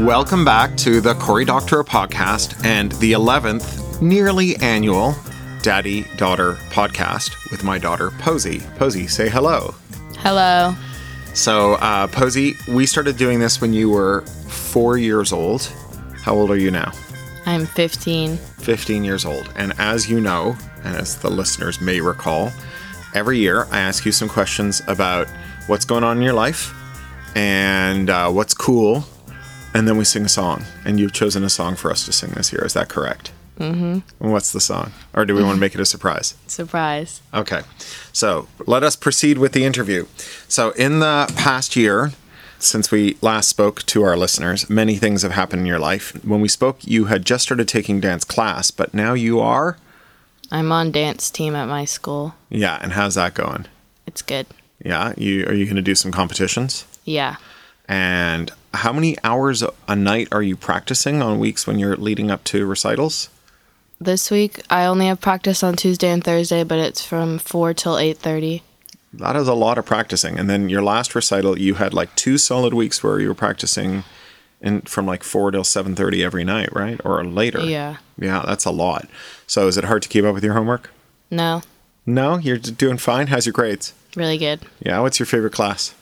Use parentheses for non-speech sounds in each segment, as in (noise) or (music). Welcome back to the Cory Doctorow podcast and the 11th, nearly annual Daddy Daughter podcast with my daughter, Posey. Posey, say hello. Hello. So, uh, Posey, we started doing this when you were four years old. How old are you now? I'm 15. 15 years old. And as you know, and as the listeners may recall, every year I ask you some questions about what's going on in your life and uh, what's cool. And then we sing a song. And you've chosen a song for us to sing this year. Is that correct? Mm-hmm. And what's the song? Or do we want to make it a surprise? Surprise. Okay. So let us proceed with the interview. So, in the past year, since we last spoke to our listeners, many things have happened in your life. When we spoke, you had just started taking dance class, but now you are? I'm on dance team at my school. Yeah. And how's that going? It's good. Yeah. You Are you going to do some competitions? Yeah. And how many hours a night are you practicing on weeks when you're leading up to recitals? This week I only have practice on Tuesday and Thursday, but it's from 4 till 8:30. That is a lot of practicing. And then your last recital, you had like two solid weeks where you were practicing in from like four till seven thirty every night, right? Or later. Yeah. Yeah, that's a lot. So is it hard to keep up with your homework? No. No, you're d- doing fine. How's your grades? Really good. Yeah. What's your favorite class?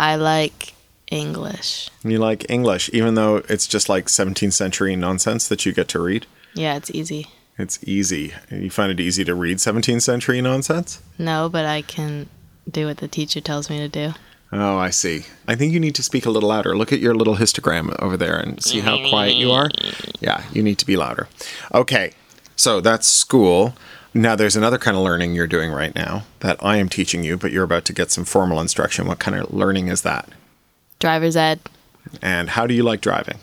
I like English. You like English, even though it's just like 17th century nonsense that you get to read. Yeah, it's easy. It's easy. You find it easy to read 17th century nonsense? No, but I can do what the teacher tells me to do. Oh, I see. I think you need to speak a little louder. Look at your little histogram over there and see how quiet you are. Yeah, you need to be louder. Okay, so that's school. Now, there's another kind of learning you're doing right now that I am teaching you, but you're about to get some formal instruction. What kind of learning is that? Driver's ed. And how do you like driving?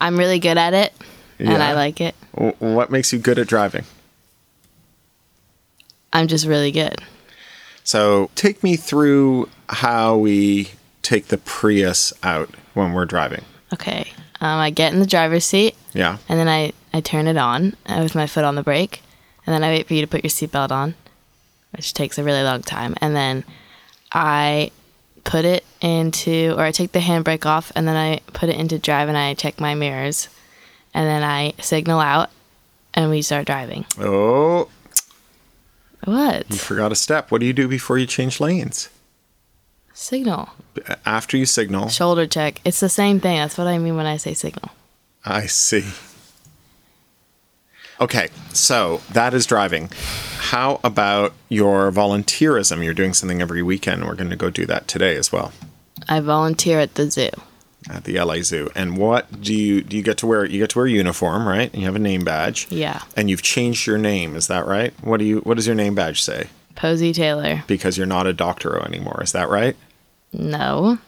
I'm really good at it and Yeah. I like it. W- What makes you good at driving? I'm just really good. So, take me through how we take the Prius out when we're driving. Okay. Um, I get in the driver's seat Yeah. and then I, I turn it on uh, with my foot on the brake, and then I wait for you to put your seatbelt on, which takes a really long time. And then I put it into, or I take the handbrake off, and then I put it into drive, and I check my mirrors, and then I signal out, and we start driving. Oh, What forgot a step. What do you do before you change lanes? signal? After you signal, Shoulder check. It's the same thing. That's what I mean when I say signal. I see. Okay, so that is driving. How about your volunteerism? You're doing something every weekend. We're going to go do that today as well I volunteer at the zoo. at the LA Zoo. And what do you do? You get to wear you get to wear a uniform, right? And you have a name badge. Yeah. And you've changed your name. Is that right? What do you What does your name badge say? Posey Taylor. Because you're not a doctoro anymore. Is that right? No.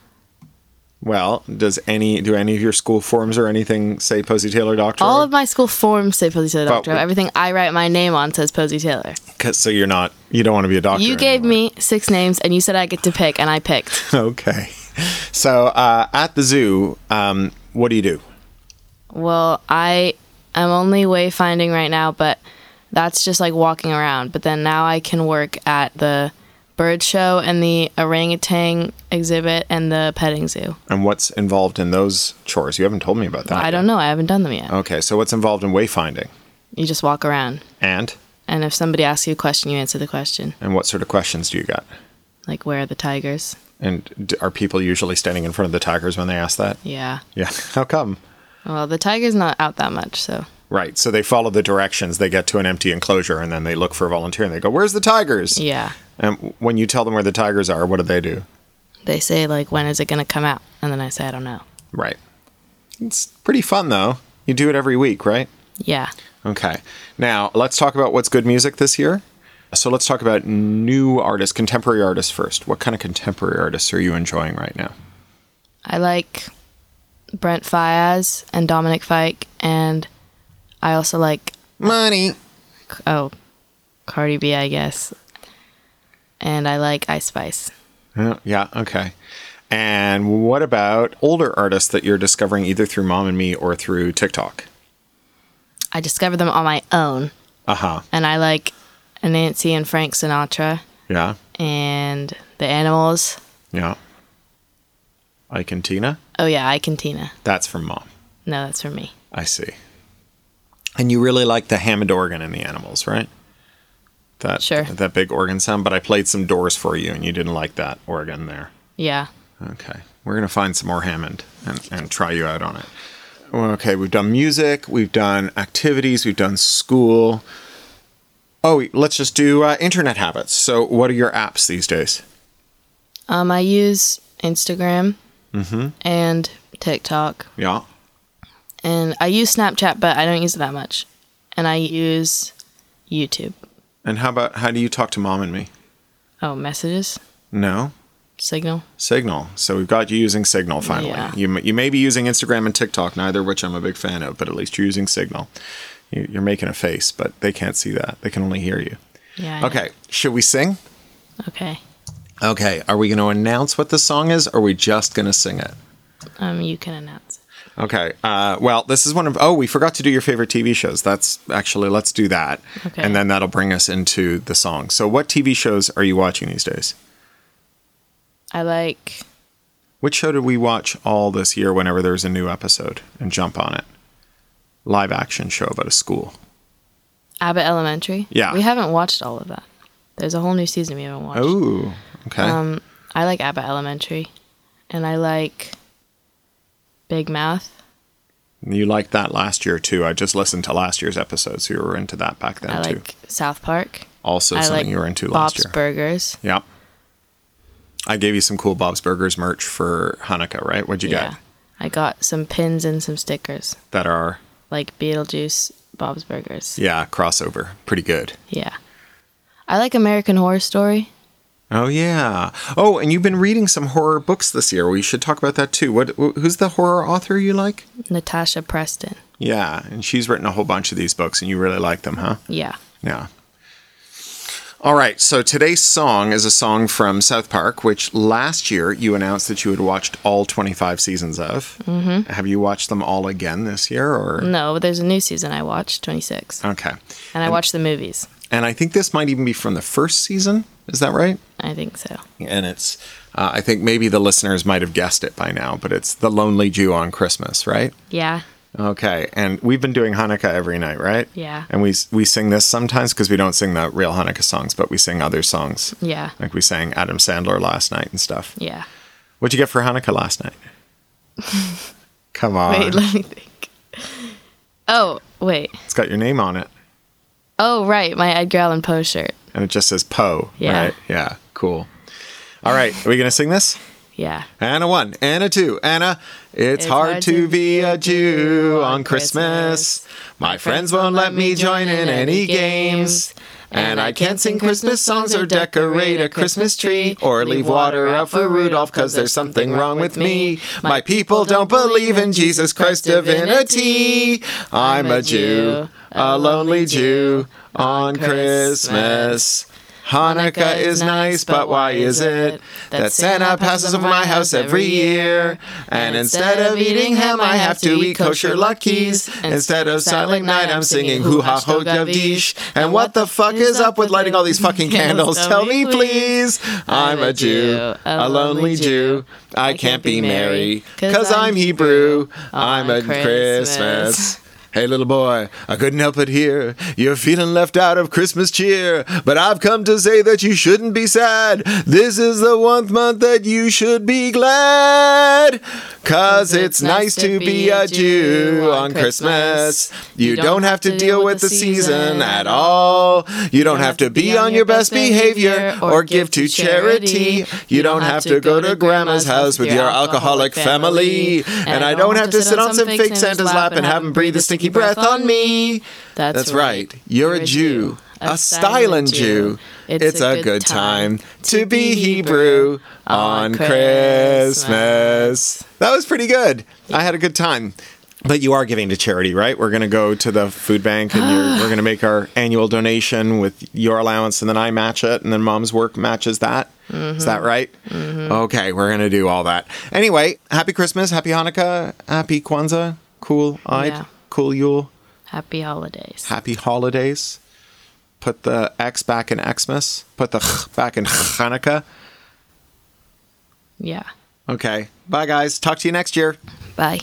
Well, does any do any of your school forms or anything say Posey Taylor Doctoro? All of my school forms say Posey Taylor But- Doctor. Everything I write my name on says Posey Taylor. 'Cause- so you're not you don't want to be a doctor. You gave anymore. me six names and you said I get to pick, and I (laughs) picked. okay. So uh, at the zoo, um, what do you do? Well, I am only wayfinding right now, but that's just like walking around. But then now I can work at the bird show and the orangutan exhibit and the petting zoo. And what's involved in those chores? You haven't told me about that. I don't know. I haven't done them yet. Okay, so what's involved in wayfinding? You just walk around. And And if somebody asks you a question, you answer the question. and what sort of questions do you get? Like, where are the tigers? And d- are people usually standing in front of the tigers when they ask that? Yeah. Yeah. (laughs) How come? Well, the tiger's not out that much, so. Right. So they follow the directions. They get to an empty enclosure, and then they look for a volunteer, and they go, "Where's the tigers?" Yeah. And when you tell them where the tigers are, what do they do? they say like when is it going to come out and then i say i don't know Right. It's pretty fun though. You do it every week, right? yeah Okay. Now, let's talk about what's good music this year. So, let's talk about new artists, contemporary artists first. What kind of contemporary artists are you enjoying right now? i like brent fias and dominic fike and i also like Money. oh cardi b i guess and i like ice spice Yeah, yeah, okay. And what about older artists that you're discovering either through Mom and Me or through TikTok? i discovered them on my own Uh huh. and i like nancy and frank sinatra Yeah. and the animals Yeah. Ike and Tina? Oh yeah, I can Tina. That's from mom. No, that's for me. I see. And you really like the Hammond organ in the animals, right? That Sure. that big organ sound. But I played some Doors for you, and you didn't like that organ there. Yeah. Okay, we're gonna find some more Hammond and, and try you out on it. Well, Okay, we've done music, we've done activities, we've done school. Oh, let's just do uh, internet habits. So, what are your apps these days? Um, I use Instagram and TikTok, Yeah. and I use Snapchat, but I don't use it that much. And I use YouTube. And how about how do you talk to mom and me? Oh, messages, No, Signal. Signal. So we've got you using Signal finally. Yeah. You, m- you may be using Instagram and TikTok, neither of which I'm a big fan of, but at least you're using Signal. You, you're making a face, but they can't see that. They can only hear you. Yeah. I know. Okay, should we sing? Okay. Okay, are we going to announce what the song is? Or are we just going to sing it? Um, you can announce. Okay. Uh, well, this is one of. Oh, we forgot to do your favorite TV shows. That's actually, let's do that. Okay. And then that'll bring us into the song. So, what TV shows are you watching these days? I like. Which show did we watch all this year whenever there's a new episode and jump on it? Live action show about a school. Abbott Elementary. Yeah. We haven't watched all of that. There's a whole new season we haven't watched. Oh, okay. Um, I like Abbott Elementary, and I like Big Mouth. you liked that last year too. I just listened to last year's episode, so you were into that back then I too. like South Park. Also, I something like you were into Bob's last year. Burgers. yep. I gave you some cool Bob's Burgers merch for Hanukkah, right? What'd you Yeah. get? I got some pins and some stickers, That are like Beetlejuice, Bob's Burgers. yeah crossover, pretty good. Yeah. I like American Horror Story. Oh yeah. Oh, and you've been reading some horror books this year. We should talk about that too. What? wh- Who's the horror author you like? Natasha Preston. Yeah, and she's written a whole bunch of these books, and you really like them, huh? Yeah. Yeah. All right, so today's song is a song from South Park, which last year you announced that you had watched all 25 seasons of. Mm-hmm. Have you watched them all again this year, or No, but there's a new season I watched, 26, okay? and I watched the movies. And I think this might even be from the first season. Is that right? I think so. And it's, uh, I think maybe the listeners might have guessed it by now, but it's the Lonely Jew on Christmas, right? Yeah. Okay, and we've been doing Hanukkah every night, right? Yeah. And we we sing this sometimes because we don't sing the real Hanukkah songs, but we sing other songs. Yeah. Like we sang Adam Sandler last night and stuff. Yeah. What'd you get for Hanukkah last (laughs) night? Come on, Wait, (laughs) let me think. Oh, wait. it's got your name on it, Oh, right. My Edgar Allan Poe shirt. and it just says Poe. Yeah. Right? Yeah. Cool. All right, are we gonna sing this? Yeah. Anna one, Anna two, Anna. It's, hard, to be a Jew on Christmas. My friends won't let me join in any games. And I can't sing Christmas songs or decorate a Christmas tree or leave water out for Rudolph because there's something wrong with me. My people don't believe in Jesus Christ divinity. I'm a Jew, a lonely Jew on Christmas. Hanukkah is nice, but why is it that Santa passes over my house every year? And instead of eating ham, I have to eat kosher luckies. Instead of Silent Night, I'm singing Hoo Ha Ho Gavdish. And what the fuck is up with lighting all (laughs) these fucking candles? Tell me, please. I'm a Jew, a lonely Jew. I can't be merry, cause I'm Hebrew. I'm a Christmas. Hey, little boy, I couldn't help it here. You're feeling left out of Christmas cheer, but I've come to say that you shouldn't be sad. This is the one month that you should be glad. Cause it's nice to be a Jew on Christmas. You don't have to deal with the season at all. You don't have to be on your best behavior or give to charity. You don't have to go to grandma's house with your alcoholic family. And I don't have to sit on some fake Santa's lap and have him breathe a stinky breath on me. That's, That's right. You're a Jew, a styling Jew. It's a good time to be Hebrew on Christmas. That was pretty good. I had a good time. But you are giving to charity, right? We're going to go to the food bank and you're, we're going to make our annual donation with your allowance, and then I match it, and then mom's work matches that. Is that right? Okay, we're going to do all that. Anyway, happy Christmas, happy Hanukkah, happy Kwanzaa, cool eyed, Yeah. cool Yule Happy holidays. happy holidays. Put the X back in Xmas. Put the back in Hanukkah. Yeah. Okay. Bye, guys. Talk to you next year. Bye.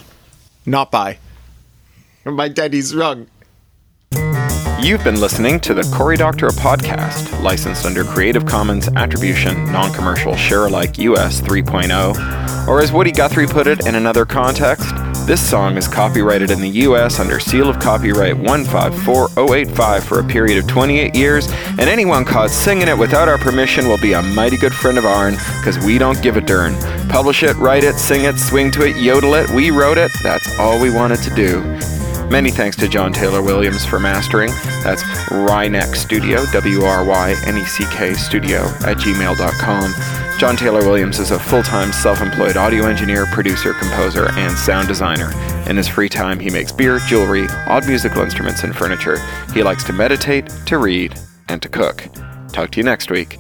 Not bye. My daddy's wrong. You've been listening to the Cory Doctorow podcast, licensed under Creative Commons Attribution Non Commercial Share Alike US 3.0. oh. Or as Woody Guthrie put it in another context, this song is copyrighted in the US under Seal of Copyright 154085 for a period of 28 years, and anyone caught singing it without our permission will be a mighty good friend of ourn, because we don't give a dern. Publish it, write it, sing it, swing to it, yodel it, we wrote it, that's all we wanted to do. Many thanks to John Taylor Williams for mastering. That's Ryneck Studio, W R Y N E C K Studio at gmail.com. John Taylor Williams is a full time self employed audio engineer, producer, composer, and sound designer. In his free time, he makes beer, jewelry, odd musical instruments, and furniture. He likes to meditate, to read, and to cook. Talk to you next week.